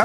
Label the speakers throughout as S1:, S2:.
S1: อั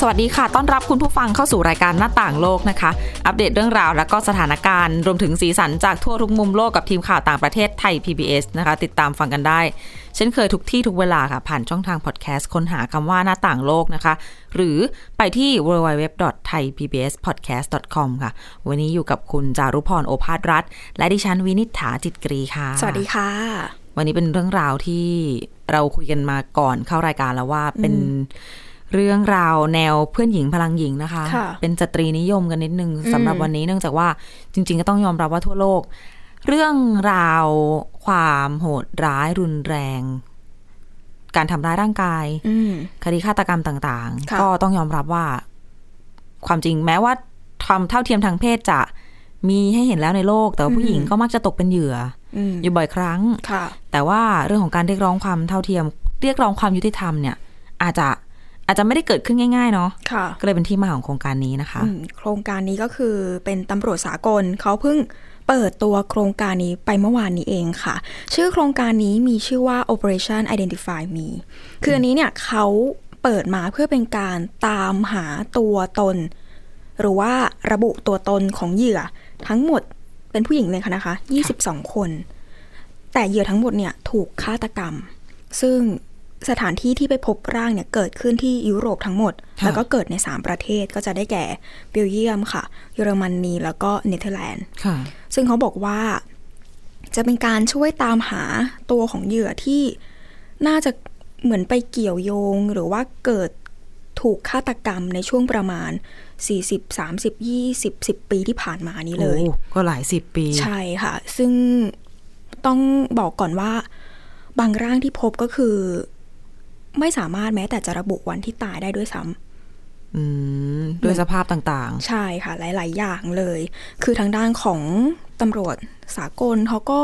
S2: สวัสดีค่ะ ต้อนรับคุณผู้ฟังเข้าสู่รายการหน้าต่างโลกนะคะ อัปเดตเรื่องราวและก็สถานการณ์รวมถึงสีสันจากทั่วทุกมุมโลกกับทีมข่าวต่างประเทศไทย PBS นะคะ ติดตามฟังกันได้ เช่นเคยทุกที่ทุกเวลาค่ะ ผ่านช่องทางพอดแคสต์ค้นหาคำว่าหน้าต่างโลกนะคะ หรือไปที่ www.thaipbspodcast.com ค่ะ วันนี้อยู่กับคุณจารุพรโอภาสรัฐ และดิฉันวินิษฐาจิตกรีค่ะ
S3: สวัสดีค่ะ
S2: วันนี้เป็นเรื่องราวที่เราคุยกันมาก่อนเข้ารายการแล้วว่าเป็นเรื่องราวแนวเพื่อนหญิงพลังหญิงนะคะ
S3: ค่ะ
S2: เป็นสตรีนิยมกันนิดนึง
S3: อืม
S2: สำหรับวันนี้เนื่องจากว่าจริง ๆ ก็ต้องยอมรับว่าทั่วโลก เรื่องราวความโหดร้ายรุนแรง การทำร้ายร่างกาย
S3: อืม
S2: คดีฆาตกรรมต่าง
S3: ค่ะ
S2: ๆ ก็ต้องยอมรับว่า ความจริงแม้ว่าความเท่าเทียมทางเพศจะมีให้เห็นแล้วในโลก แต่ว่าผู้หญิงก็มักจะตกเป็นเหยื่อ
S3: อืม
S2: อยู่บ่อยครั้ง
S3: ค่ะ
S2: แต่ว่าเรื่องของการเรียกร้องความเท่าเทียม เรียกร้องความยุติธรรมเนี่ย อาจจะอาจจะไม่ได้เกิดขึ้นง่ายๆเนาะ
S3: ค่ะ
S2: ก็เลยเป็นที่มาของโครงการนี้นะคะ
S3: อืมโครงการนี้ก็คือเป็นตำรวจสากลเขาเพิ่งเปิดตัวโครงการนี้ไปเมื่อวานนี้เองค่ะ ชื่อโครงการนี้มีชื่อว่า Operation Identify Me คืออันนี้เนี่ยเขาเปิดมาเพื่อเป็นการตามหาตัวตน หรือว่าระบุตัวตนของเหยื่อ ทั้งหมดเป็นผู้หญิงเลยค่ะนะคะ 22 คน แต่เหยื่อทั้งหมดเนี่ยถูกฆาตกรรม ซึ่งสถานที่ที่ไปพบร่างเนี่ยเกิดขึ้นที่ยุโรปทั้งหมด
S2: ค่ะ
S3: แล้วก็เกิดใน 3 ประเทศก็จะได้แก่เบลเยียมค่ะ เยอรมนีแล้วก็เนเธอร์แลนด์
S2: ค่ะ
S3: ซึ่งเขาบอกว่าจะเป็นการช่วยตามหาตัวของเหยื่อที่น่าจะเหมือนไปเกี่ยวโยง หรือว่าเกิดถูกฆาตกรรมในช่วงประมาณ 40 30 20 10 ปีที่ผ่านมานี้เลย
S2: โอ้ก็หลายสิบปี
S3: ใช่ค่ะ ซึ่งต้องบอกก่อนว่า บางร่างที่พบก็คือ ไม่สามารถแม้แต่จะระบุวันที่ตายได้ด้วยซ้ำ
S2: อืมด้วยสภาพต่าง
S3: ใช่ค่ะ หลาย ๆ อย่างเลย คือทางด้านของตำรวจสากลเขาก็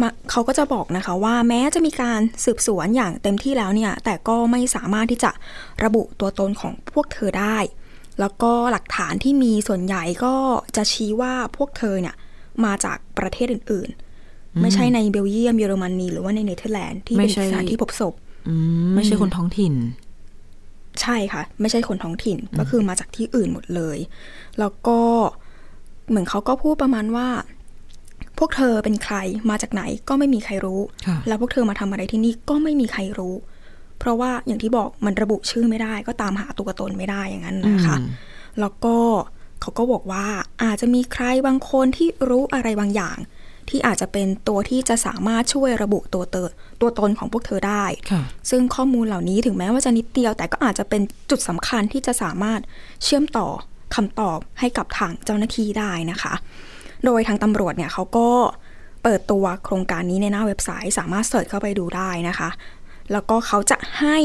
S3: มาเขาก็จะบอกนะคะว่าแม้จะมีการสืบสวนอย่างเต็มที่แล้วเนี่ย แต่ก็ไม่สามารถที่จะระบุตัวตนของพวกเธอได้ แล้วก็หลักฐานที่มีส่วนใหญ่ก็จะชี้ว่าพวกเธอเนี่ยมาจากประเทศอื่น ๆ ไม่ใช่ในเบลเยียมเยอรมนีหรือว่าในเนเธอร์แลนด์ที่เป็นสถานที่พบศพ
S2: ๆอืมไม่ใช่คนท้องถิ่น
S3: ใช่ค่ะ ไม่ใช่คนท้องถิ่นก็คือมาจากที่อื่นหมดเลย แล้วก็เหมือนเขาก็พูดประมาณว่า พวกเธอเป็นใครมาจากไหนก็ไม่มีใครรู้
S2: ค่ะ
S3: แล้วพวกเธอมาทำอะไรที่นี่ก็ไม่มีใครรู้ เพราะว่าอย่างที่บอกมันระบุชื่อไม่ได้ ก็ตามหาตัวตนไม่ได้อย่างนั้นนะคะ
S2: อืม
S3: แล้วก็เขาก็บอกว่าอาจจะมีใครบางคนที่รู้อะไรบางอย่าง ที่อาจจะเป็นตัวที่จะสามารถช่วยระบุตัวเตอตัวตนของพวกเธอได้
S2: ค่ะ
S3: ซึ่งข้อมูลเหล่านี้ถึงแม้ว่าจะนิดเดียว แต่ก็อาจจะเป็นจุดสำคัญที่จะสามารถเชื่อมต่อคำตอบให้กับทางเจ้าหน้าที่ได้นะคะ โดยทางตำรวจเนี่ยเขาก็เปิดตัวโครงการนี้ในหน้าเว็บไซต์สามารถเสิร์ชเข้าไปดูได้นะคะ แล้วก็เขาจะให้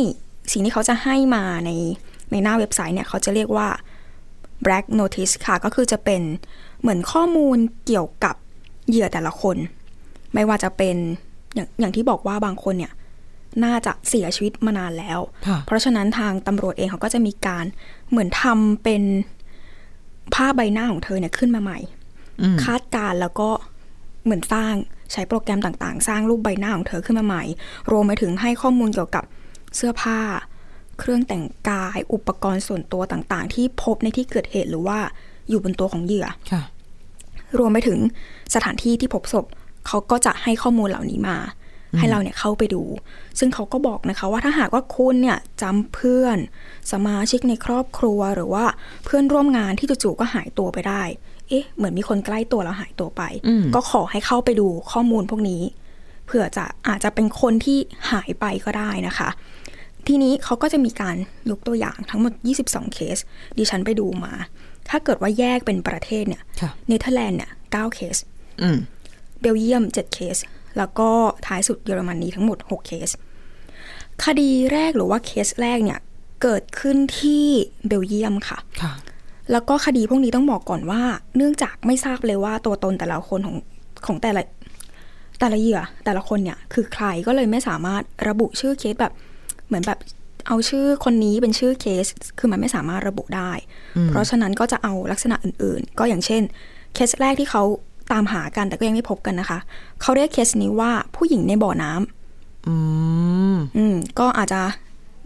S3: สิ่งที่เขาจะให้มาในในหน้าเว็บไซต์เนี่ยเขาจะเรียกว่า black notice ค่ะ ก็คือจะเป็นเหมือนข้อมูลเกี่ยวกับเหยื่อแต่ละคน ไม่ว่าจะเป็นอย่างอย่างที่บอกว่าบางคนเนี่ย น่าจะเสียชีวิตมานานแล้ว
S2: ค่ะ
S3: เพราะฉะนั้นทางตำรวจเองเขาก็จะมีการเหมือนทำเป็นภาพใบหน้าของเธอเนี่ยขึ้นมาใหม่
S2: อืม
S3: คาดการณ์แล้วก็เหมือนสร้างใช้โปรแกรมต่างๆ สร้างรูปใบหน้าของเธอขึ้นมาใหม่ รวมไปถึงให้ข้อมูลเกี่ยวกับเสื้อผ้า เครื่องแต่งกาย อุปกรณ์ส่วนตัวต่างๆ ที่พบในที่เกิดเหตุหรือว่าอยู่บนตัวของเหยื่อ
S2: ค่ะ
S3: รวมไปถึงสถานที่ที่พบศพเขาก็จะให้ข้อมูลเหล่านี้มา ให้เราเนี่ยเข้าไปดู ซึ่งเขาก็บอกนะคะว่าถ้าหากว่าคุณเนี่ยจำเพื่อน สมาชิกในครอบครัวหรือว่าเพื่อนร่วมงานที่จู่ๆก็หายตัวไปได้ เอ๊ะ เหมือนมีคนใกล้ตัวเราหายตัวไป
S2: อืม
S3: ก็ขอให้เข้าไปดูข้อมูลพวกนี้เผื่อจะอาจจะเป็นคนที่หายไปก็ได้นะคะ ทีนี้เขาก็จะมีการยกตัวอย่างทั้งหมด 22 เคส ดิฉันไปดูมา ถ้าเกิดว่าแยกเป็นประเทศเนี่ย
S2: ค่ะ
S3: เนเธอร์แลนด์เนี่ย9เคส
S2: อืม
S3: เบลเยียม 7 เคส แล้วก็ท้ายสุดเยอรมนีทั้งหมด 6 เคส คดีแรกหรือว่าเคสแรกเนี่ย เกิดขึ้นที่เบลเยียมค่ะ
S2: ค่ะ
S3: แล้วก็คดีพวกนี้ต้องบอกก่อนว่า เนื่องจากไม่ทราบเลยว่าตัวตนแต่ละคนของของแต่ละแต่ละเหยื่อแต่ละคนเนี่ยคือใครก็เลยไม่สามารถระบุชื่อเคสแบบเหมือนแบบ เอาชื่อคนนี้เป็นชื่อเคส คือมันไม่สามารถระบุได้ เพราะฉะนั้นก็จะเอาลักษณะอื่นๆ ก็อย่างเช่น เคสแรกที่เขาตามหากันแต่ก็ยังไม่พบกันนะคะ เขาเรียกเคสนี้ว่าผู้หญิงในบ่อน้ำ
S2: อืม
S3: อืมก็อาจจะ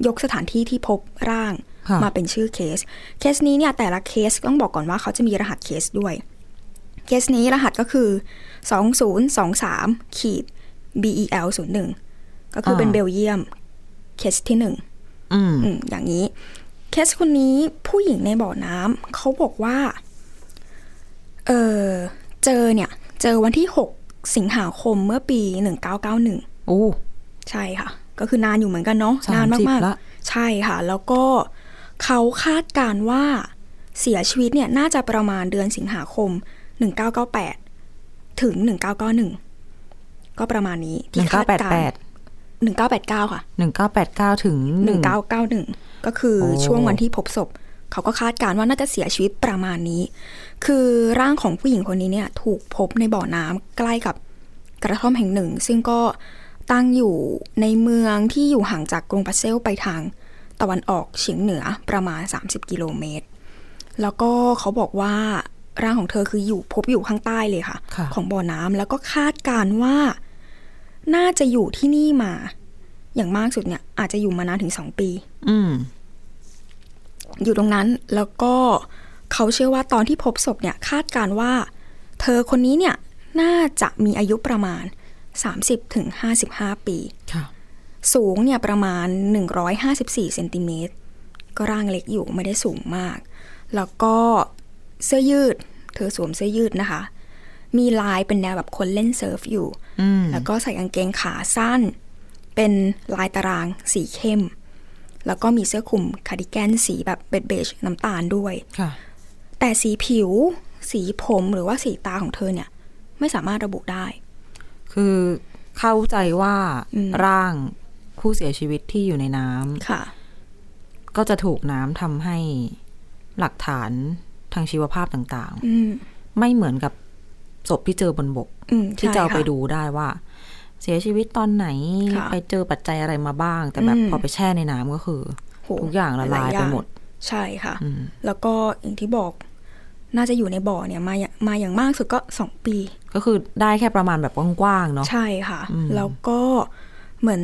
S3: ยกสถานที่ที่พบร่าง
S2: ค่ะ
S3: มาเป็นชื่อเคส เคสนี้เนี่ยแต่ละเคสต้องบอกก่อนว่าเขาจะมีรหัสเคสด้วย เคสนี้รหัสก็คือ 2023ขีด BEL 01ก็คือเป็นเบลเยียมเคสที่หนึ่ง
S2: อืม
S3: อืมอย่างนี้ เคสคนนี้ผู้หญิงในบ่อน้ำเขาบอกว่า เออเจอเนี่ย เจอวันที่ 6 สิงหาคมเมื่อปี 1991
S2: โอ้
S3: ใช่ค่ะ ก็คือนานอยู่เหมือนกันเนาะนานมา
S2: สาม
S3: ก
S2: สิบ
S3: ๆ
S2: ละ
S3: ใช่ค่ะ แล้วก็เขาคาดการณ์ว่าเสียชีวิตเนี่ยน่าจะประมาณเดือนสิงหาคม 1998 ถึง 1991 ก็ประมาณนี้
S2: หนึ่ง
S3: ที่
S2: เก้า
S3: คาด
S2: แปด
S3: การ
S2: แปด
S3: ณ์1989 ค่ะ
S2: หนึ่งเก้าแปดเก้าถึงหนึ่ง
S3: 1991 ก็คือ
S2: โอ้
S3: ช่วงวันที่พบศพ เขาก็คาดการณ์ว่าน่าจะเสียชีวิตประมาณนี้ คือร่างของผู้หญิงคนนี้เนี่ยถูกพบในบ่อน้ำใกล้กับกระท่อมแห่งหนึ่ง ซึ่งก็ตั้งอยู่ในเมืองที่อยู่ห่างจากกรุงปัสเซลไปทางตะวันออกเฉียงเหนือประมาณ 30 กิโลเมตร แล้วก็เขาบอกว่าร่างของเธอคืออยู่พบอยู่ข้างใต้เลยค่ะ
S2: ค่ะ
S3: ของบ่อน้ำแล้วก็คาดการณ์ว่า น่าจะอยู่ที่นี่มา อย่างมากสุดเนี่ยอาจจะอยู่มานานถึงสองปี
S2: อืม
S3: อยู่ตรงนั้นแล้วก็เขาเชื่อว่าตอนที่พบศพเนี่ยคาดการณ์ว่า เธอคนนี้เนี่ยน่าจะมีอายุประมาณ 30-55ถึง55 ปี
S2: ค่ะ
S3: สูงเนี่ยประมาณ 154เซนติเมตรก็ร่างเล็กอยู่ไม่ได้สูงมาก แล้วก็เสื้อยืด เธอสวมเสื้อยืดนะคะ มีลายเป็นแนวแบบคนเล่นเซิร์ฟอยู่
S2: อืม
S3: แล้วก็ใส่กางเกงขาสั้น เป็นลายตารางสีเข้ม แล้วก็มีเสื้อคลุมคาร์ดิแกนสีแบบเบจเบจน้ำตาลด้วย
S2: ค่ะ
S3: แต่สีผิว สีผมหรือว่าสีตาของเธอเนี่ย ไม่สามารถระบุได้
S2: คือเข้าใจว่า
S3: อืม
S2: ร่างผู้เสียชีวิตที่อยู่ในน้ำ
S3: ค่ะ
S2: ก็จะถูกน้ำทำให้หลักฐานทางชีวภาพต่าง
S3: อืม
S2: ๆ ไม่เหมือนกับศพที่เจอบนบก
S3: อืม
S2: ที่
S3: ใช่
S2: จะเอาไป
S3: ค่ะ
S2: ดูได้ว่า เสียชีวิตตอนไหน
S3: ค่ะ
S2: ไปเจอปัจจัยอะไรมาบ้าง แต่แบบ
S3: อืม
S2: พอไปแช่ในน้ำก็คือ
S3: โห
S2: ทุกอย่างละลาย
S3: อ
S2: ไปหมด
S3: ใช่ค่ะ
S2: อืม
S3: แล้วก็อย่างที่บอกน่าจะอยู่ในบ่อเนี่ยมาอย่างมาอย่างมากสุดก็สองปี
S2: ก็คือได้แค่ประมาณแบบกว้างๆเนาะ
S3: ใช่ค่ะ
S2: อืม
S3: แล้วก็เหมือน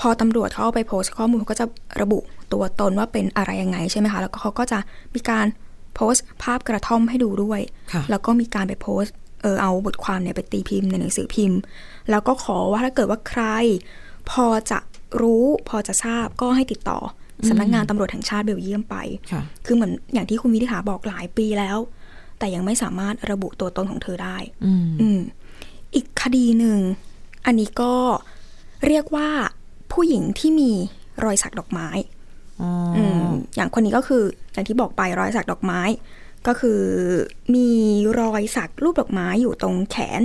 S3: พอตำรวจเขาเอาไปโพสต์ข้อมูลเขาก็จะระบุตัวตนว่าเป็นอะไรยังไงใช่ไหมคะ แล้วก็เขาก็จะมีการโพสต์ภาพกระท่อมให้ดูด้วย
S2: ค่ะ
S3: แล้วก็มีการไปโพสต์เออเอาบทความเนี่ยไปตีพิมพ์ในหนังสือพิมพ์ แล้วก็ขอว่าถ้าเกิดว่าใคร พอจะรู้พอจะทราบก็ให้ติดต่อสำนักงานตำรวจแห่งชาติเบลเยียมไป
S2: ค่ะ
S3: คือเหมือนอย่างที่คุณวิธิหาบอกหลายปีแล้ว แต่ยังไม่สามารถระบุตัวตนของเธอได้
S2: อืม
S3: อืมอีกคดีหนึ่ง อันนี้ก็เรียกว่าผู้หญิงที่มีรอยสักดอกไม้
S2: อ๋อ
S3: อืมอย่างคนนี้ก็คืออย่างที่บอกไปรอยสักดอกไม้ ก็คือมีรอยสักรูปดอกไม้อยู่ตรงแขน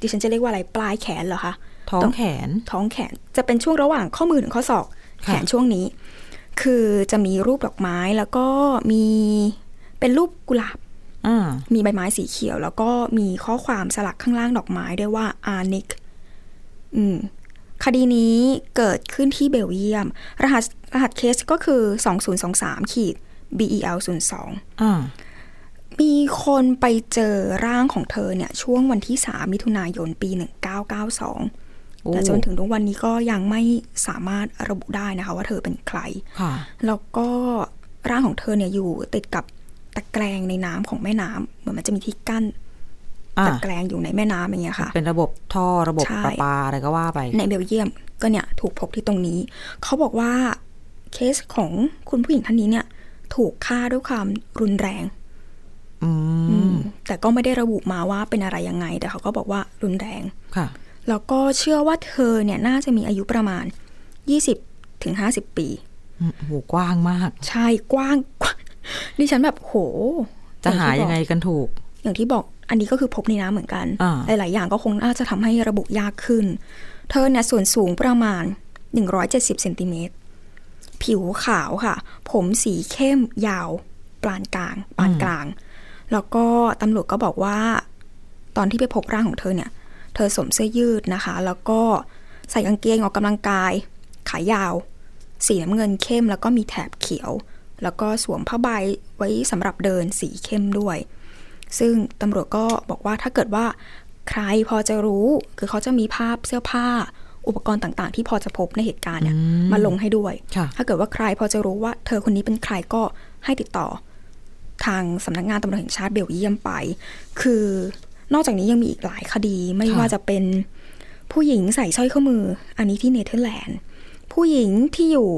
S3: ดิฉันจะเรียกว่าอะไรปลายแขนเหรอคะ
S2: ท้องแขน
S3: ท้องแขนจะเป็นช่วงระหว่างข้อมือถึงข้อศอก
S2: ค่ะ
S3: แขนช่วงนี้ คือจะมีรูปดอกไม้แล้วก็มีเป็นรูปกุหลาบ
S2: อ่า
S3: มีใบไม้สีเขียว แล้วก็มีข้อความสลักข้างล่างดอกไม้ด้วยว่าอานิกอืมคดีนี้เกิดขึ้นที่เบลเยียม รหัสรหัสเคสก็คือ 2023ขีด BEL 02
S2: อ่า
S3: มีคนไปเจอร่างของเธอเนี่ย ช่วงวันที่ 3 มิถุนายนปี 1992
S2: โอ้
S3: แต่จนถึงทุกวันนี้ก็ยังไม่สามารถระบุได้นะคะว่าเธอเป็นใคร
S2: ค่ะ
S3: แล้วก็ร่างของเธอเนี่ยอยู่ติดกับตะแกรงในน้ำของแม่น้ำเหมือนมันจะมีที่กั้น
S2: อ่า
S3: ตะแกรงอยู่ในแม่น้ำอย่างเงี้ยค่ะ
S2: เป็นระบบท่อระบบ
S3: ใช่
S2: ประปาอะไรก็ว่าไป
S3: ในเบลเยียมก็เนี่ยถูกพบที่ตรงนี้ เขาบอกว่าเคสของคุณผู้หญิงท่านนี้เนี่ยถูกฆ่าด้วยความรุนแรง
S2: อื
S3: อื
S2: ม
S3: มแต่ก็ไม่ได้ระบุมาว่าเป็นอะไรยังไง แต่เขาก็บอกว่ารุนแรง
S2: ค่ะ
S3: แล้วก็เชื่อว่าเธอเนี่ยน่าจะมีอายุประมาณ 20ถึง50 ปี
S2: อืมโอ้โหกว้างมาก
S3: ใช่กว้าง กว้างดิฉันแบบโห
S2: จะหายังไง
S3: อ
S2: กันถูก
S3: อย่างที่บอกอันนี้ก็คือพบในน้ำเหมือนกัน
S2: อ่า
S3: หลาย ๆ อย่างก็คงน่าจะทำให้ระบุยากขึ้น เธอเนี่ยส่วนสูงประมาณ 170เซนติเมตร ผิวขาวค่ะ ผมสีเข้มยาว ปานกลางปานกลาง แล้วก็ตำรวจก็บอกว่า ตอนที่ไปพบร่างของเธอเนี่ย เธอสวมเสื้อยืดนะคะ แล้วก็ใส่กางเกงออกกำลังกาย ขายาว สีน้ำเงินเข้มแล้วก็มีแถบเขียว แล้วก็สวมผ้าใบไว้สำหรับเดินสีเข้มด้วย ซึ่งตำรวจก็บอกว่าถ้าเกิดว่าใครพอจะรู้ คือเขาจะมีภาพเสื้อผ้า อุปกรณ์ต่างๆ ที่พอจะพบในเหตุการณ์เนี่ย
S2: อืม
S3: มาลงให้ด้วย
S2: ค่ะ
S3: ถ้าเกิดว่าใครพอจะรู้ว่าเธอคนนี้เป็นใครก็ให้ติดต่อ ทางสำนักงานตำรวจแห่งชาติเบลเยียมไป คือนอกจากนี้ยังมีอีกหลายคดีไม่
S2: ค่ะ
S3: ว่าจะเป็นผู้หญิงใส่สร้อยข้อมือ อันนี้ที่เนเธอร์แลนด์ ผู้หญิงที่อยู่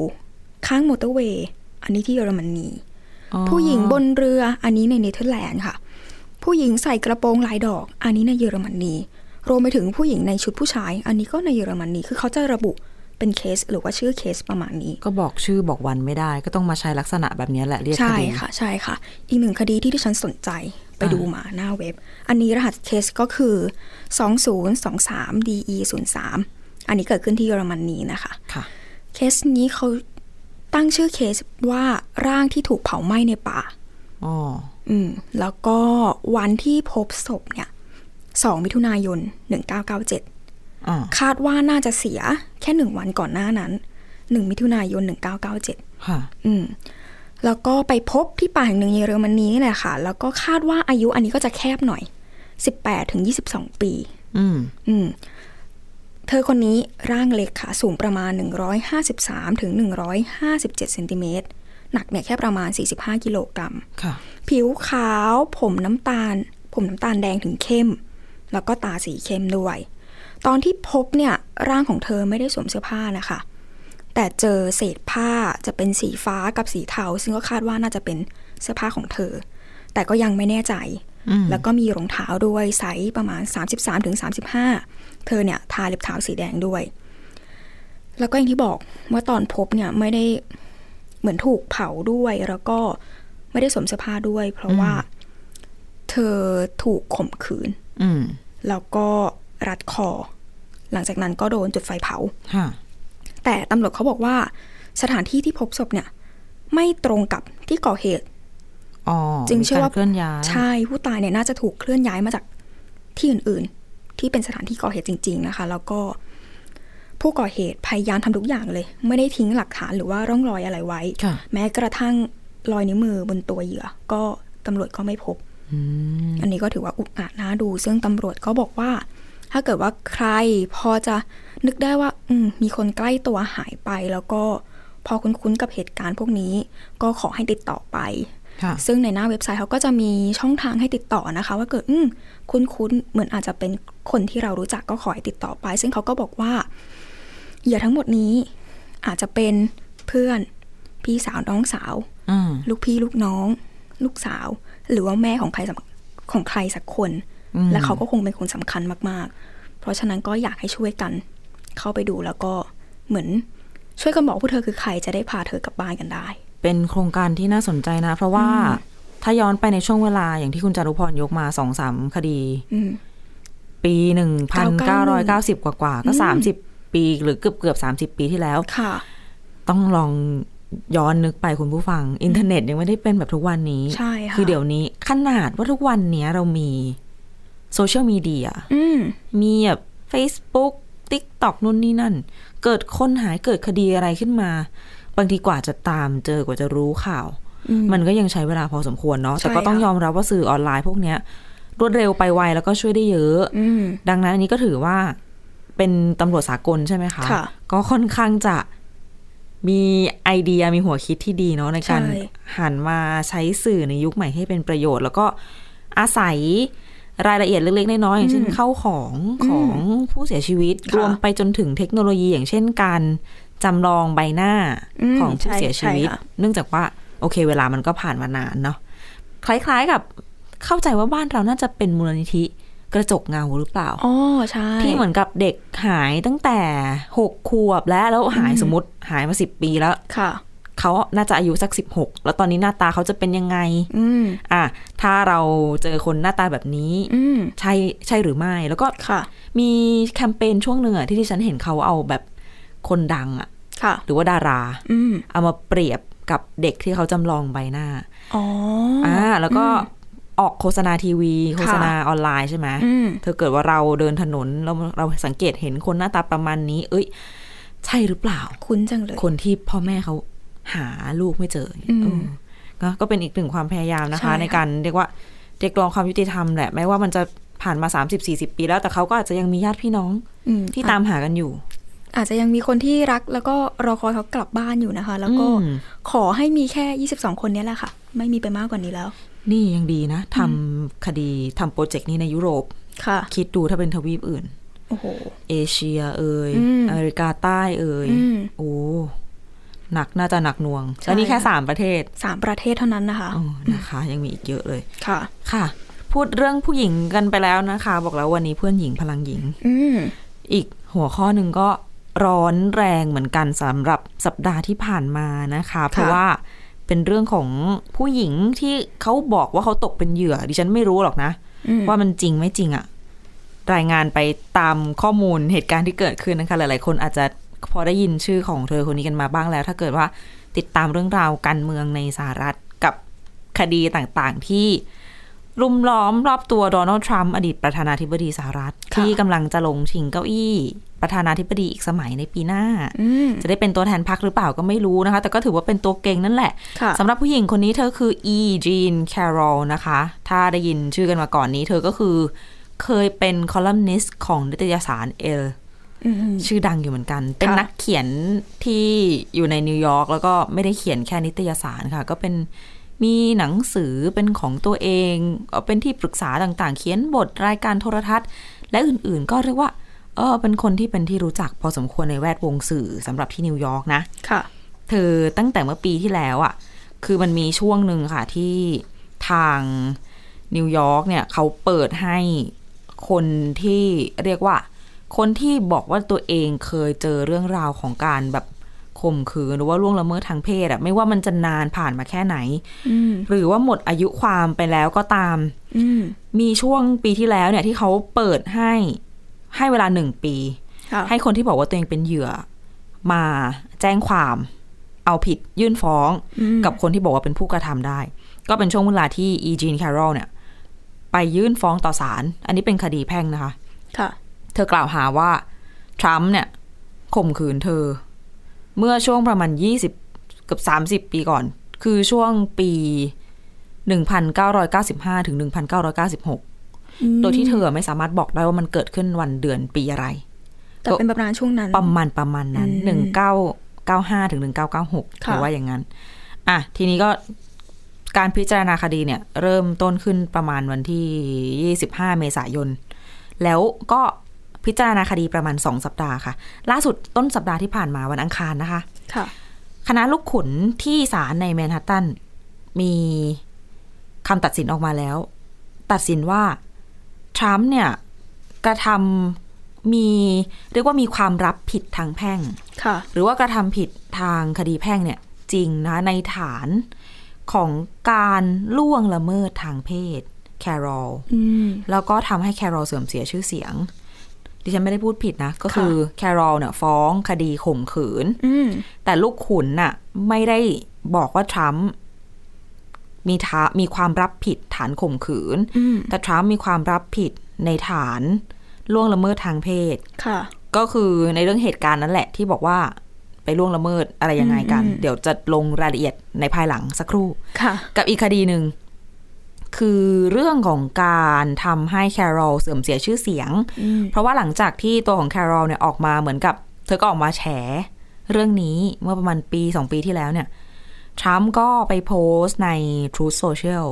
S3: ข้างมอเตอร์เวย์อันนี้ที่เยอรมนี
S2: อ๋อ
S3: ผู้หญิงบนเรืออันนี้ในเนเธอร์แลนด์ค่ะ ผู้หญิงใส่กระโปรงลายดอก อันนี้ในเยอรมนีรวมไปถึงผู้หญิงในชุดผู้ชาย อันนี้ก็ในเยอรมนีคือเขาจะระบุเป็นเคสหรือว่าชื่อเคสประมาณนี้
S2: ก็บอกชื่อบอกวันไม่ได้ ก็ต้องมาใช้ลักษณะแบบนี้แหละเรียกค
S3: ใช่
S2: ดี
S3: ค่ะใช่ค่ะ อีกหนึ่งคดีที่ที่ฉันสนใจไป
S2: อ่า
S3: ดูมาหน้าเว็บ อันนี้รหัสเคสก็คือ 2023 DE 0 3อันนี้เกิดขึ้นที่เยอรมนีนะคะ
S2: ค่ะ
S3: เคสนี้เขาตั้งชื่อเคสว่าร่างที่ถูกเผาไหม้ในป่า
S2: อ๋อ
S3: อืม แล้วก็วันที่พบศพเนี่ย 2 มิถุนายน 1997
S2: อ่า
S3: คาดว่าน่าจะเสียแค่หนึ่งวันก่อนหน้านั้น 1 มิถุนายน 1997
S2: ค่ะ
S3: อืมแล้วก็ไปพบที่ป่าแห่งหนึ่งในเยอรมนีนี่แหละค่ะ แล้วก็คาดว่าอายุอันนี้ก็จะแคบหน่อย 18ถึง22 ปี
S2: อืม
S3: อืม เธอคนนี้ร่างเล็กค่ะ สูงประมาณ 153ถึง157เซนติเมตร หนักเนี่ยแค่ประมาณ 45 กิโลกรัม
S2: ค่ะ
S3: ผิวขาว ผมน้ำตาล ผมน้ำตาลแดงถึงเข้ม แล้วก็ตาสีเข้มด้วย ตอนที่พบเนี่ย ร่างของเธอไม่ได้สวมเสื้อผ้านะคะ แต่เจอเศษผ้าจะเป็นสีฟ้ากับสีเทา ซึ่งก็คาดว่าน่าจะเป็นเสื้อผ้าของเธอ แต่ก็ยังไม่แน่ใจ
S2: อืม
S3: แล้วก็มีรองเท้าด้วยไซส์ประมาณ 33-35 เธอเนี่ยทาเล็บเท้าสีแดงด้วย แล้วก็อย่างที่บอกว่าตอนพบเนี่ยไม่ได้เหมือนถูกเผาด้วย แล้วก็ไม่ได้สวมเสื้อผ้าด้วย เพราะว่าเธอถูกข่มขืน
S2: อืม
S3: แล้วก็รัดคอ หลังจากนั้นก็โดนจุดไฟเผา
S2: ค่ะ
S3: แต่ตำรวจเขาบอกว่าสถานที่ที่พบศพเนี่ย ไม่ตรงกับที่ก่อเหตุ
S2: อ๋อ
S3: จึงเชื่อว่า
S2: มีกรเคลื่อนย้าย
S3: ใช่ผู้ตายเนี่ยน่าจะถูกเคลื่อนย้ายมาจากที่อื่นๆ ที่เป็นสถานที่ก่อเหตุจริง ๆนะคะ แล้วก็ผู้ก่อเหตุพยายามทำทุกอย่างเลย ไม่ได้ทิ้งหลักฐานหรือว่าร่องรอยอะไรไว้
S2: ค่ะ
S3: แม้กระทั่งรอยนิ้วมือบนตัวเหยื่อ ก็ตำรวจก็ไม่พบ
S2: อืม
S3: อันนี้ก็ถือว่าอุกอาจน่าดู ซึ่งตำรวจก็บอกว่า ถ้าเกิดว่าใครพอจะนึกได้ว่า อืมมีคนใกล้ตัวหายไป แล้วก็พอคุ้นๆกับเหตุการณ์พวกนี้ ก็ขอให้ติดต่อไป
S2: ค่ะ
S3: ซึ่งในหน้าเว็บไซต์เขาก็จะมีช่องทางให้ติดต่อนะคะ ว่าเกิดอืมคุ้นๆเหมือนอาจจะเป็นคนที่เรารู้จักก็ขอให้ติดต่อไป ซึ่งเขาก็บอกว่าเหยื่อทั้งหมดนี้ อาจจะเป็นเพื่อน พี่สาวน้องสาว
S2: อืม
S3: ลูกพี่ลูกน้อง ลูกสาว หรือว่าแม่ของใครสักของใครสักคน
S2: อืม
S3: และเขาก็คงเป็นคนสำคัญมากๆ เพราะฉะนั้นก็อยากให้ช่วยกัน เข้าไปดูแล้วก็เหมือนช่วยกันบอกผู้เธอคือใครจะได้พาเธอกลับบ้านกันได้
S2: เป็นโครงการที่น่าสนใจนะ เพราะว่าถ้าย้อนไปในช่วงเวลาอย่างที่คุณจารุพรยกมาสองสามคดี
S3: อืม
S2: ปีหนึ่งพันเก้าร้อยเก้าสิบกว่าๆก็
S3: อืม
S2: สามสิบปีหรือเกือบเกือบสามสิบปีที่แล้ว
S3: ค่ะ
S2: ต้องลองย้อนนึกไปคุณผู้ฟัง อินเทอร์เน็ตยังไม่ได้เป็นแบบทุกวันนี้
S3: ใช่ค่ะ
S2: คือเดี๋ยวนี้ขนาดว่าทุกวันเนี้ยเรามีโซเชียลมีเดีย
S3: อืม
S2: มีแบบ Facebook TikTok นู่นนี่นั่น เกิดคนหายเกิดคดีอะไรขึ้นมา บางทีกว่าจะตามเจอกว่าจะรู้ข่าว
S3: อืม
S2: มันก็ยังใช้เวลาพอสมควรเนาะแต่
S3: ใช่
S2: ก็ต้อง
S3: ค่ะ
S2: ยอมรับว่าสื่อออนไลน์พวกเนี้ย รวดเร็วไปไวแล้วก็ช่วยได้เยอะ
S3: อืม
S2: ดังนั้นอันนี้ก็ถือว่าเป็นตำรวจสากลใช่ไหมคะ
S3: ค่ะ
S2: ก็ค่อนข้างจะมีไอเดียมีหัวคิดที่ดีเนาะในการ
S3: ใช่
S2: หันมาใช้สื่อในยุคใหม่ให้เป็นประโยชน์ แล้วก็อาศัยรายละเอียดเล็กๆน้อยๆอย่างเช่นเข้าของของผู้เสียชีวิต รวมไปจนถึงเทคโนโลยีอย่างเช่นการจำลองใบหน้า
S3: อืม
S2: ของผู้
S3: ใช่
S2: เสียชีวิต
S3: ใค่ะ
S2: เนื่องจากว่าโอเค เวลามันก็ผ่านมานานเนาะคล้ายๆกับเข้าใจว่าบ้านเราน่าจะเป็นมูลนิธิกระจกเงาหรือเปล่า
S3: อ๋อใช่
S2: ที่เหมือนกับเด็กหายตั้งแต่หกขวบแล้วแล้วหายสมมติหายมาสิบปีแล้ว
S3: ค่ะ
S2: เขาน่าจะอายุสักสิบหกแล้วตอนนี้หน้าตาเขาจะเป็นยังไง
S3: อืม
S2: อ่ะถ้าเราเจอคนหน้าตาแบบนี้
S3: อืม
S2: ใช่ใช่หรือไม่ แล้วก็
S3: ค่ะ
S2: มีแคมเปญช่วงหนึ่งอะที่ที่ฉันเห็นเขาเอาแบบคนดังอะ
S3: ค่ะ
S2: หรือว่าดารา
S3: อืม
S2: เอามาเปรียบกับเด็กที่เขาจำลองใบหน้า
S3: อ๋ออ่
S2: าแล้วก็ออกโฆษณาทีวี โฆษณาออนไลน์ใช่ไหม
S3: อืม
S2: ถ้าเกิดว่าเราเดินถนนเราเราสังเกตเห็นคนหน้าตาประมาณนี้ เอ้ย ใช่หรือเปล่า
S3: คุ้นจังเลย
S2: คนที่พ่อแม่เขาหาลูกไม่เจออย่างเงี้ย
S3: อืม
S2: เออก็ก็เป็นอีกหนึ่งความพยายามนะ
S3: ใช่
S2: คะ
S3: ค่ะ
S2: ในการเรียกว่าเรียกร้องความยุติธรรมแหละแม้ว่ามันจะผ่านมา 30-40 ปีแล้ว แต่เขาก็อาจจะยังมีญาติพี่น้อง
S3: อืม
S2: ที่ตามหากันอยู่
S3: อาจจะยังมีคนที่รักแล้วก็รอคอยเขากลับบ้านอยู่นะคะ แล้วก็
S2: อืม
S3: ขอให้มีแค่ 22 คนเนี้ยแหละค่ะ ไม่มีไปมากกว่านี้แล้ว
S2: นี่ยังดีนะทำคดีทำโปรเจกต์นี้ในยุโรป
S3: ค่ะ
S2: คิดดูถ้าเป็นทวีปอื่น
S3: โอ้โห
S2: เอเชียเอ่ย
S3: อืม
S2: อเมริกาใต้เอ่ย
S3: อืม
S2: โอ้หนักน่าจะหนักหน่วง
S3: ใช่
S2: แล้วนี่แค่สามประเทศ
S3: สามประเทศเท่านั้นนะคะ
S2: อ๋อนะคะ ยังมีอีกเยอะเลย
S3: ค่ะ
S2: ค่ะ พูดเรื่องผู้หญิงกันไปแล้วนะคะ บอกแล้ววันนี้เพื่อนหญิงพลังหญิง
S3: อืม
S2: อีกหัวข้อหนึ่งก็ร้อนแรงเหมือนกันสำหรับสัปดาห์ที่ผ่านมานะคะ เพราะว่าเป็นเรื่องของผู้หญิงที่เขาบอกว่าเขาตกเป็นเหยื่อ ดิฉันไม่รู้หรอกนะ
S3: อืม
S2: ว่ามันจริงไม่จริงอะรายงานไปตามข้อมูลเหตุการณ์ที่เกิดขึ้นนะคะ หลายๆ คนอาจจะพอได้ยินชื่อของเธอคนนี้กันมาบ้างแล้ว ถ้าเกิดว่าติดตามเรื่องราวการเมืองในสหรัฐกับคดีต่างๆ ที่รุมล้อมรอบตัวโดนัลด์ทรัมป์อดีตประธานาธิบดีสหรัฐ
S3: ค่ะ
S2: ที่กำลังจะลงชิงเก้าอี้ ประธานาธิบดีอีกสมัยในปีหน้า
S3: อืม
S2: จะได้เป็นตัวแทนพรรคหรือเปล่าก็ไม่รู้นะคะ แต่ก็ถือว่าเป็นตัวเก่งนั่นแหละ
S3: ค่ะ
S2: สำหรับผู้หญิงคนนี้เธอคือ E. Jean Carroll นะคะ ถ้าได้ยินชื่อกันมาก่อนนี้ เธอก็คือเคยเป็นคอลัมนิสต์ของนิตยสารเอล
S3: อืม
S2: ชื่อดังอยู่เหมือนกัน เป็น
S3: ค่ะ
S2: นักเขียนที่อยู่ในนิวยอร์กแล้วก็ไม่ได้เขียนแค่นิตยสารค่ะ ก็เป็นมีหนังสือเป็นของตัวเองเอ่อเป็นที่ปรึกษาต่างๆ เขียนบทรายการโทรทัศน์ และอื่นๆ ก็เรียกว่าเออเป็นคนที่เป็นที่รู้จักพอสมควรในแวดวงสื่อสำหรับที่นิวยอร์กนะ
S3: ค่ะ
S2: เธอตั้งแต่เมื่อปีที่แล้วอะ่ะ คือมันมีช่วงหนึ่งค่ะที่ทางนิวยอร์กเนี่ยเขาเปิดให้คนที่เรียกว่า คนที่บอกว่าตัวเองเคยเจอเรื่องราวของการแบบข่มขืนหรือว่าล่วงละเมิดทางเพศอะไม่ว่ามันจะนานผ่านมาแค่ไหน
S3: อืม
S2: หรือว่าหมดอายุความไปแล้วก็ตาม
S3: อืม
S2: มีช่วงปีที่แล้วเนี่ยที่เขาเปิดให้ให้เวลาหนึ่งปี
S3: ค่ะ
S2: ให้คนที่บอกว่าตัวเองเป็นเหยื่อมาแจ้งความ เอาผิดยื่นฟ้อง
S3: อืม
S2: กับคนที่บอกว่าเป็นผู้กระทำได้ ก็เป็นช่วงเวลาที่อีจีนแคโรลเนี่ย ไปยื่นฟ้องต่อศาลอันนี้เป็นคดีแพ่งนะคะ
S3: ค่ะ
S2: เธอกล่าวหาว่า ทรัมป์เนี่ยข่มขืนเธอ เมื่อช่วงประมาณ 20เกับ 30 ปีก่อน คือช่วงปี 1995 ถึง 1996 โดยที่เธอไม่สามารถบอกได้ว่ามันเกิดขึ้นวันเดือนปีอะไร
S3: แต่เป็นแบบนั้นช่วงนั้น
S2: ประมาณประมาณนั้น
S3: อืม
S2: หนึ่งเก้าเก้าห้าถึงหนึ่งเก้าเก้าหกห
S3: ค่ะ
S2: รือว่าอย่างนั้น อ่ะ ทีนี้ก็การพิจารณาคดีเนี่ย เริ่มต้นขึ้นประมาณวันที่ยี่สิบห้าเมษายน แล้วก็พิจารณาคดีประมาณสองสัปดาห์ค่ะ ล่าสุดต้นสัปดาห์ที่ผ่านมาวันอังคารนะคะ
S3: ค่ะ
S2: คณะลูกขุนที่ศาลในแมนฮัตตัน มีคำตัดสินออกมาแล้ว ตัดสินว่า ทรัมป์เนี่ย กระทำมีเรียกว่ามีความรับผิดทางแพ่ง
S3: ค่ะ
S2: หรือว่ากระทำผิดทางคดีแพ่งเนี่ย จริงนะในฐานของการล่วงละเมิดทางเพศแครอล
S3: อืม
S2: แล้วก็ทำให้แครอลเสื่อมเสียชื่อเสียง ดิฉันไม่ได้พูดผิดนะ ก็คือแครอลเนี่ยฟ้องคดีข่มขืน
S3: อืม
S2: แต่ลูกขุนน่ะไม่ได้บอกว่าทรัมป์มีทามีความรับผิดฐานข่มขืน
S3: อืม
S2: แต่ทรัมป์มีความรับผิดในฐานล่วงละเมิดทางเพศ
S3: ค่ะ
S2: ก็คือในเรื่องเหตุการณ์นั่นแหละที่บอกว่าไปล่วงละเมิดอะไรยังไงกัน
S3: อืมอืม
S2: เดี๋ยวจะลงรายละเอียดในภายหลังสักครู่
S3: ค่ะ
S2: กับอีกคดีหนึ่ง คือเรื่องของการทำให้แครอลเสื่อมเสียชื่อเสียง
S3: อืม
S2: เพราะว่าหลังจากที่ตัวของแครอลเนี่ยออกมาเหมือนกับ เธอก็ออกมาแฉเรื่องนี้เมื่อประมาณปีสองปีที่แล้วเนี่ยทรัมป์ก็ไปโพสต์ใน Truth Social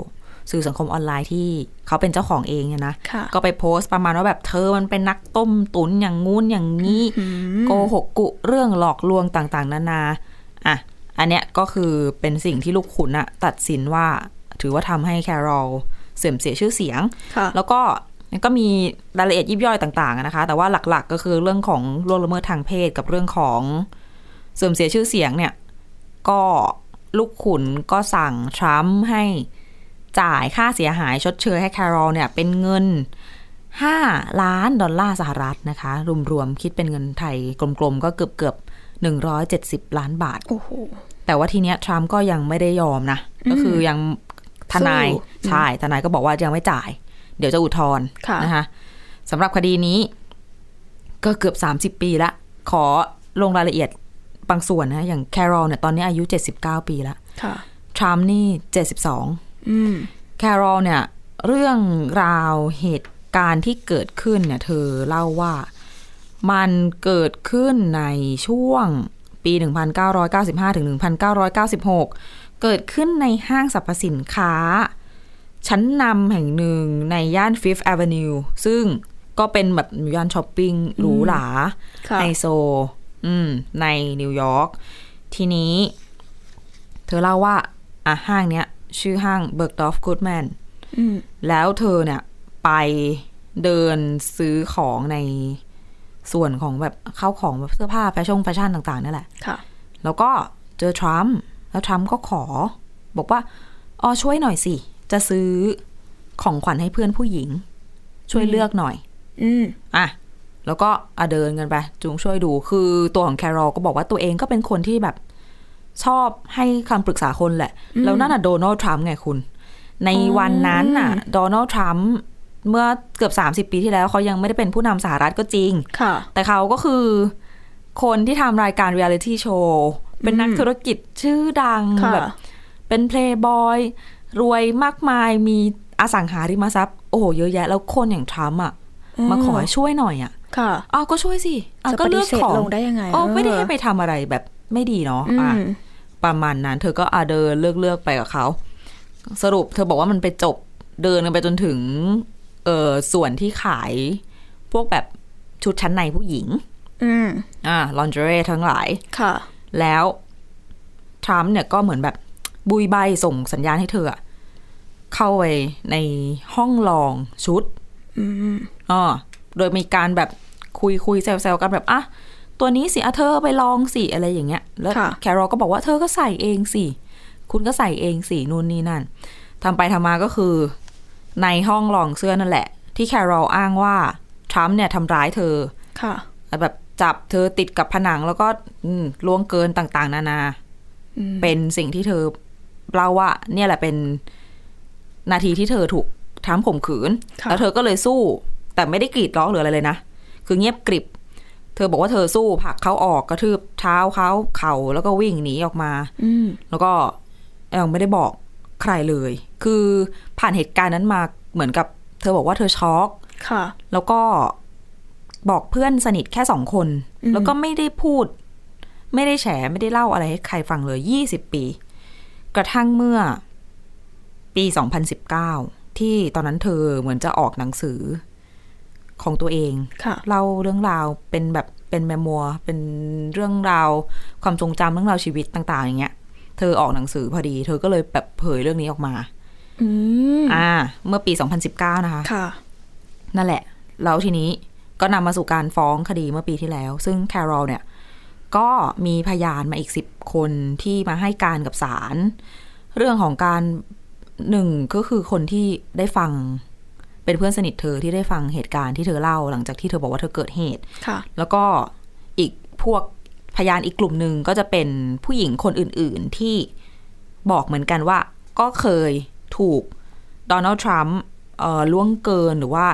S2: สื่อสังคมออนไลน์ที่เขาเป็นเจ้าของเองเนี่ยนะ
S3: ค่ะ
S2: ก็ไปโพสต์ประมาณว่าแบบเธอมันเป็นนักต้มตุ๋นอย่างงู้นอย่างนี้
S3: อืม
S2: โกหกกุเรื่องหลอกลวงต่างๆ นานา อ่ะ อันเนี้ยก็คือเป็นสิ่งที่ลูกขุนอะตัดสินว่าถือว่าทำให้แครอลเสื่อมเสียชื่อเสียง
S3: ค่ะ
S2: แล้วก็ก็มีรายละเอียดยิบย่อยต่างๆอะนะคะ แต่ว่าหลักๆ ก็คือเรื่องของล่วงละเมิดทางเพศกับเรื่องของเสื่อมเสียชื่อเสียงเนี่ย ก็ลูกขุนก็สั่งทรัมป์ให้จ่ายค่าเสียหายชดเชยให้แครอลเนี่ย เป็นเงิน 5 ล้านดอลลาร์สหรัฐนะคะ รวมๆ คิดเป็นเงินไทยกลมๆ ก็เกือบเกือบๆ170 ล้านบาท
S3: โอ้โห
S2: แต่ว่าทีเนี้ยทรัมป์ก็ยังไม่ได้ยอมนะ ก็คือยังทนาย
S3: สู้
S2: ใช่ทนายก็บอกว่ายังไม่จ่าย เดี๋ยวจะอุทธรณ์
S3: ค่ะ
S2: นะคะสำหรับคดีนี้ ก็เกือบ 30 ปีละ ขอ ลงรายละเอียดบางส่วนนะอย่างแครอลเนี่ยตอนนี้อายุ 79 ปีละ
S3: ค่ะ
S2: ทรัมป์นี่ 72
S3: อืม
S2: แครอลเนี่ยเรื่องราวเหตุการณ์ที่เกิดขึ้นเนี่ยเธอเล่าว่ามันเกิดขึ้นในช่วงปี 1995 ถึง 1996 เกิดขึ้นในห้างสรรพสินค้า ชั้นนำแห่งหนึ่งในย่าน Fifth Avenue ซึ่งก็เป็นแบบย่านช้อปปิ้งหรูหรา
S3: ค่ะ
S2: ไฮโซอืม ในนิวยอร์ก ทีนี้ เธอเล่าว่า อ่ะห้างเนี้ย ชื่อห้างเบิร์กดอฟกูดแมน
S3: อืม
S2: แล้วเธอเนี่ย ไปเดินซื้อของในส่วนของแบบเข้าวของแบบเสื้อผ้าแฟชั่นแฟชั่นต่าง ๆ นั่นแหละ
S3: ค่ะ
S2: แล้วก็เจอทรัมป์แล้วทรัมป์ก็ขอ บอกว่าอ๋อช่วยหน่อยสิ จะซื้อของขวัญให้เพื่อนผู้หญิง ช่วยเลือกหน่อย
S3: อืม
S2: อ่ะ แล้วก็อะเดินกันไปจุงช่วยดู คือตัวของแครอลก็บอกว่าตัวเองก็เป็นคนที่แบบ ชอบให้คำปรึกษาคนแหละ แล้วนั่นน่ะโดนัลด์ทรัมป์ไงคุณ ในวันนั้นน่ะโดนัลด์ทรัมป์เมื่อเกือบ 30 ปีที่แล้วเขายังไม่ได้เป็นผู้นำสหรัฐก็จริง
S3: ค่ะ
S2: แต่เขาก็คือคนที่ทำรายการเรียลิตี้โชว์เป็นนักธุรกิจชื่อดัง
S3: ค่ะ
S2: แบบ เป็นเพลย์บอยรวยมากมายมีอสังหาริมทรัพย์โอ้โหเยอะแยะ แล้วคนอย่างทรัมป์อ่ะ มาขอให้ช่วยหน่อยอ่ะ
S3: ค่ะ
S2: อ้าวก็ช่วยสิอ้าว
S3: จะ
S2: ก็
S3: ปฏิ
S2: เลือก
S3: เสธ
S2: ของ
S3: ลงได้ยังไง
S2: โอ้ไม่ได้
S3: เออ
S2: ให้ไปทำอะไรแบบไม่ดีเนาะ
S3: อื
S2: อ่ะ
S3: ม
S2: ประมาณนั้น เธอก็อาเดินเลือกเลือกไปกับเขาสรุปเธอบอกว่ามันไปจบเดินกันไปจนถึงเออส่วนที่ขายพวกแบบชุดชั้นในผู้หญิง
S3: อืม
S2: อ่าลอนเจเรทั้งหลาย
S3: ค่ะ
S2: แล้ว ทรัมป์เนี่ยก็เหมือนแบบบุยใบส่งสัญญาณให้เธออะเข้าไปในห้องลองชุด
S3: อืม
S2: อ่อโดยมีการแบบคุยคุยๆแซวๆกันแบบอ่ะตัวนี้สิอ่ะเธอไปลองสิอะไรอย่างเงี้ย แล้ว
S3: ค่ะ
S2: แครอลก็บอกว่าเธอก็ใส่เองสิ คุณก็ใส่เองสินู่นนี่นั่นทำไปทำมาก็คือ ในห้องลองเสื้อนั่นแหละ ที่แครอลอ้างว่าทรัมป์เนี่ยทำร้ายเธอ
S3: ค่ะ
S2: แบบจับเธอติดกับผนังแล้วก็อืมล่วงเกินต่างๆ นานา
S3: อืม
S2: เป็นสิ่งที่เธอเล่าว่า เนี่ยแหละเป็นนาทีที่เธอถูกทามข่มขืน
S3: ค่ะ
S2: แล้วเธอก็เลยสู้ แต่ไม่ได้กรีดร้องหรืออะไรเลยนะ คือเงียบกริบ เธอบอกว่าเธอสู้ผลักเขาออกกระทืบเท้าเขาเข่าแล้วก็วิ่งหนีออกมา
S3: อืม
S2: แล้วก็ยังไม่ได้บอกใครเลย คือผ่านเหตุการณ์นั้นมาเหมือนกับ เธอบอกว่าเธอช็อก
S3: ค่ะ
S2: แล้วก็บอกเพื่อนสนิทแค่สองคน
S3: อืม
S2: แล้วก็ไม่ได้พูด ไม่ได้แฉไม่ได้เล่าอะไรให้ใครฟังเลยยี่สิบปี กระทั่งเมื่อปีสองพันสิบเก้าที่ตอนนั้นเธอเหมือนจะออกหนังสือของตัวเอง
S3: ค่ะ
S2: เล่าเรื่องราวเป็นแบบเป็นแมมัวร์เป็นเรื่องราว ความทรงจำเรื่องราวชีวิตต่าง ๆ อย่างเงี้ย เธอออกหนังสือพอดี เธอก็เลยแบบเผยเรื่องนี้ออกมา
S3: อืม
S2: อ่า เมื่อปี 2019 นะคะ
S3: ค่ะ
S2: นั่นแหละ แล้วทีนี้ก็นำมาสู่การฟ้องคดีเมื่อปีที่แล้ว ซึ่งแครอลเนี่ย ก็มีพยานมาอีกสิบคนที่มาให้การกับศาลเรื่องของการหนึ่งก็คือคนที่ได้ฟัง เป็นเพื่อนสนิทเธอที่ได้ฟังเหตุการณ์ที่เธอเล่าหลังจากที่เธอบอกว่าเธอเกิดเหตุ
S3: ค่ะ
S2: แล้วก็อีกพวกพยานอีกกลุ่มหนึ่งก็จะเป็นผู้หญิงคนอื่นๆที่บอกเหมือนกันว่า ก็เคยถูกโดนัลด์ทรัมป์เอ่อล่วงเกินหรือว่า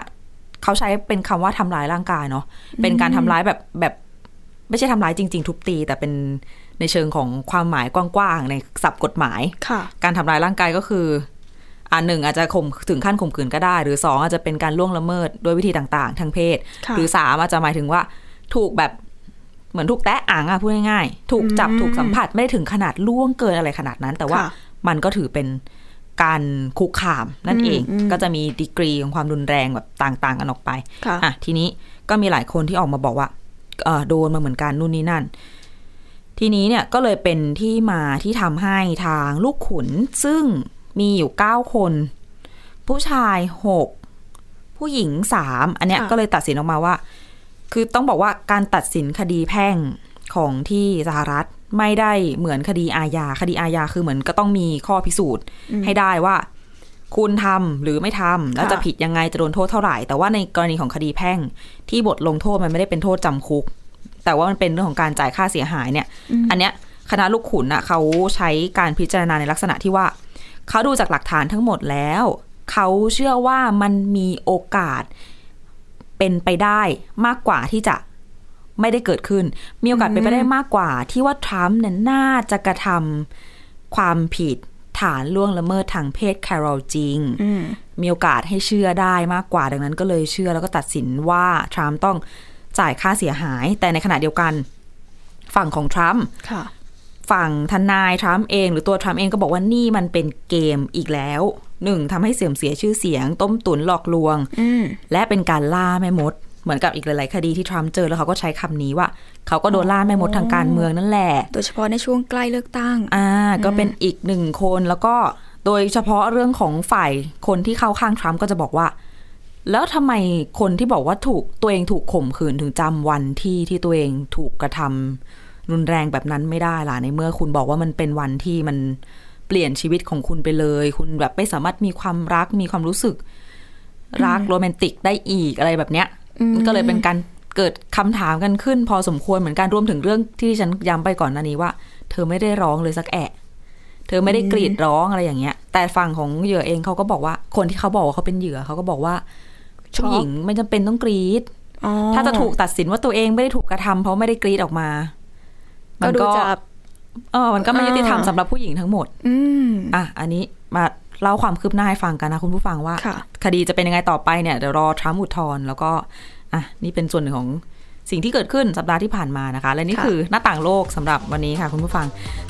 S2: เขาใช้เป็นคำว่าทำร้ายร่างกายเนาะเป็นการทำร้ายแบบแบบไม่ใช่ทำร้ายจริง ๆ ทุบตี แต่เป็นในเชิงของความหมายกว้างๆในศัพท์กฎหมาย
S3: ค่ะ
S2: การทำร้ายร่างกายก็คืออ่าหนึ่งอาจจะข่มถึงขั้นข่มขืนก็ได้ หรือสองอาจจะเป็นการล่วงละเมิดด้วยวิธีต่าง ๆ ทางเพศ
S3: ค่ะ
S2: หรือสามอาจจะหมายถึงว่า ถูกแบบเหมือนถูกแตะอ่างอะพูดง่ายๆ ถูกจับถูกสัมผัสไม่ได้ถึงขนาดล่วงเกินอะไรขนาดนั้น แต่ว่า
S3: ค่ะ
S2: มันก็ถือเป็นการคุกคามนั่นเอง
S3: อืมอืม
S2: ก็จะมีดีกรีของความรุนแรงแบบต่าง ๆ กันออกไป
S3: ค่ะ
S2: อ่ะทีนี้ก็มีหลายคนที่ออกมาบอกว่าเอ่อโดนมาเหมือนกันนู่นนี่นั่น ทีนี้เนี่ยก็เลยเป็นที่มาที่ทำให้ทางลูกขุน ซึ่งมีอยู่ 9 คน ผู้ชาย 6 ผู้หญิง 3 อันเนี้ย
S3: ค่ะ
S2: ก็เลยตัดสินออกมาว่า คือต้องบอกว่าการตัดสินคดีแพ่งของที่สหรัฐไม่ได้เหมือนคดีอาญาคดีอาญาคือเหมือนก็ต้องมีข้อพิสูจน์ให้ได้ว่า คุณทำหรือไม่ทำแล้วจะ
S3: ค่ะ
S2: ผิดยังไงจะโดนโทษเท่าไหร่ แต่ว่าในกรณีของคดีแพ่ง ที่บทลงโทษมันไม่ได้เป็นโทษจำคุก แต่ว่ามันเป็นเรื่องของการจ่ายค่าเสียหายเนี่ย อันเนี้ยคณะลูกขุนน่ะเขาใช้การพิจารณาในลักษณะที่ว่า เขาดูจากหลักฐานทั้งหมดแล้ว เขาเชื่อว่ามันมีโอกาสเป็นไปได้มากกว่าที่จะ ไม่ได้เกิดขึ้น มีโอกาสเป็นไปได้มากกว่า ที่ว่าทรัมป์เนี่ยน่าจะกระทำความผิดฐานล่วงละเมิดทางเพศแคโรลจริง
S3: อืม
S2: มีโอกาสให้เชื่อได้มากกว่าดังนั้นก็เลยเชื่อแล้วก็ตัดสินว่าทรัมป์ต้องจ่ายค่าเสียหาย แต่ในขณะเดียวกัน ฝั่งของทรัมป์
S3: ค่ะ
S2: ฝั่งทนายทรัมป์เอง หรือตัวทรัมป์เองก็บอกว่านี่มันเป็นเกมอีกแล้วหนึ่งทำให้เสื่อมเสียชื่อเสียง ต้มตุ๋นหลอกลวง
S3: อืม
S2: และเป็นการล่าแม่มด เหมือนกับอีกหลายๆ คดีที่ทรัมป์เจอแล้วเขาก็ใช้คำนี้ว่า เขาก็โดนล่าแม่มดทางการเมืองนั่นแหละ
S3: โดยเฉพาะในช่วงใกล้เลือกตั้ง
S2: อ่าก็เป็นอีกหนึ่งคนแล้วก็โดยเฉพาะเรื่องของฝ่ายคนที่เข้าข้างทรัมป์ก็จะบอกว่า แล้วทำไมคนที่บอกว่าถูกตัวเองถูกข่มขืนถึงจำวันที่ที่ตัวเองถูกกระทำรุนแรงแบบนั้นไม่ได้ล่ะในเมื่อคุณบอกว่ามันเป็นวันที่มันเปลี่ยนชีวิตของคุณไปเลย คุณแบบไม่สามารถมีความรักมีความรู้สึก รักโรแมนติกได้อีกอะไรแบบเนี้ยมันก็เลยเป็นการเกิดคำถามกันขึ้น พอสมควรเหมือนกันรวมถึงเรื่องที่ดิฉันย้ำไปก่อนหน้านี้ว่า เธอไม่ได้ร้องเลยสักแอะ เธอไม่ได้กรีดร้องอะไรอย่างเงี้ย แต่ฝั่งของเหยื่อเองเขาก็บอกว่า คนที่เขาบอกว่าเขาเป็นเหยื่อเขาก็บอกว่า
S3: ช็อก
S2: ผู้หญิงไม่จำเป็นต้องกรีด
S3: อ๋อ
S2: ถ้าจะถูกตัดสินว่าตัวเองไม่ได้ถูกกระทำเพราะไม่ได้กรีดออกมา มั
S3: ก็
S2: น
S3: ดู
S2: ก็
S3: จะ
S2: เออมันก็ไม่ยุติธรรมสำหรับผู้หญิงทั้งหมด
S3: อืม
S2: อ่ะ อันนี้มาเล่าความคืบหน้าให้ฟังกันนะคุณผู้ฟังว่า
S3: ค่ะ
S2: คดีจะเป็นยังไงต่อไปเนี่ยเดี๋ยวรอทรัมป์อุทธรณ์แล้วก็อ่ะนี่เป็นส่วนหนึ่งของสิ่งที่เกิดขึ้นสัปดาห์ที่ผ่านมานะคะ และนี่
S3: ค่ะ
S2: คือหน้าต่างโลกสำหรับวันนี้ค่ะคุณผู้ฟัง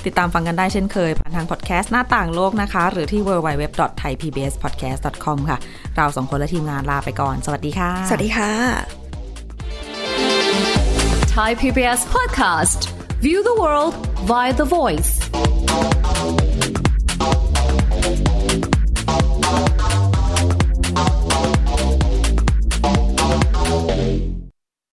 S2: ติดตามฟังกันได้เช่นเคย ผ่านทางพอดแคสต์หน้าต่างโลกนะคะ หรือที่ www.thaipbspodcast.com ค่ะ เราสองคนและทีมงานลาไปก่อน สวัสดีค่ะ
S3: สวัสดีค่ะ
S4: Thai PBS podcast. View the world via the voice.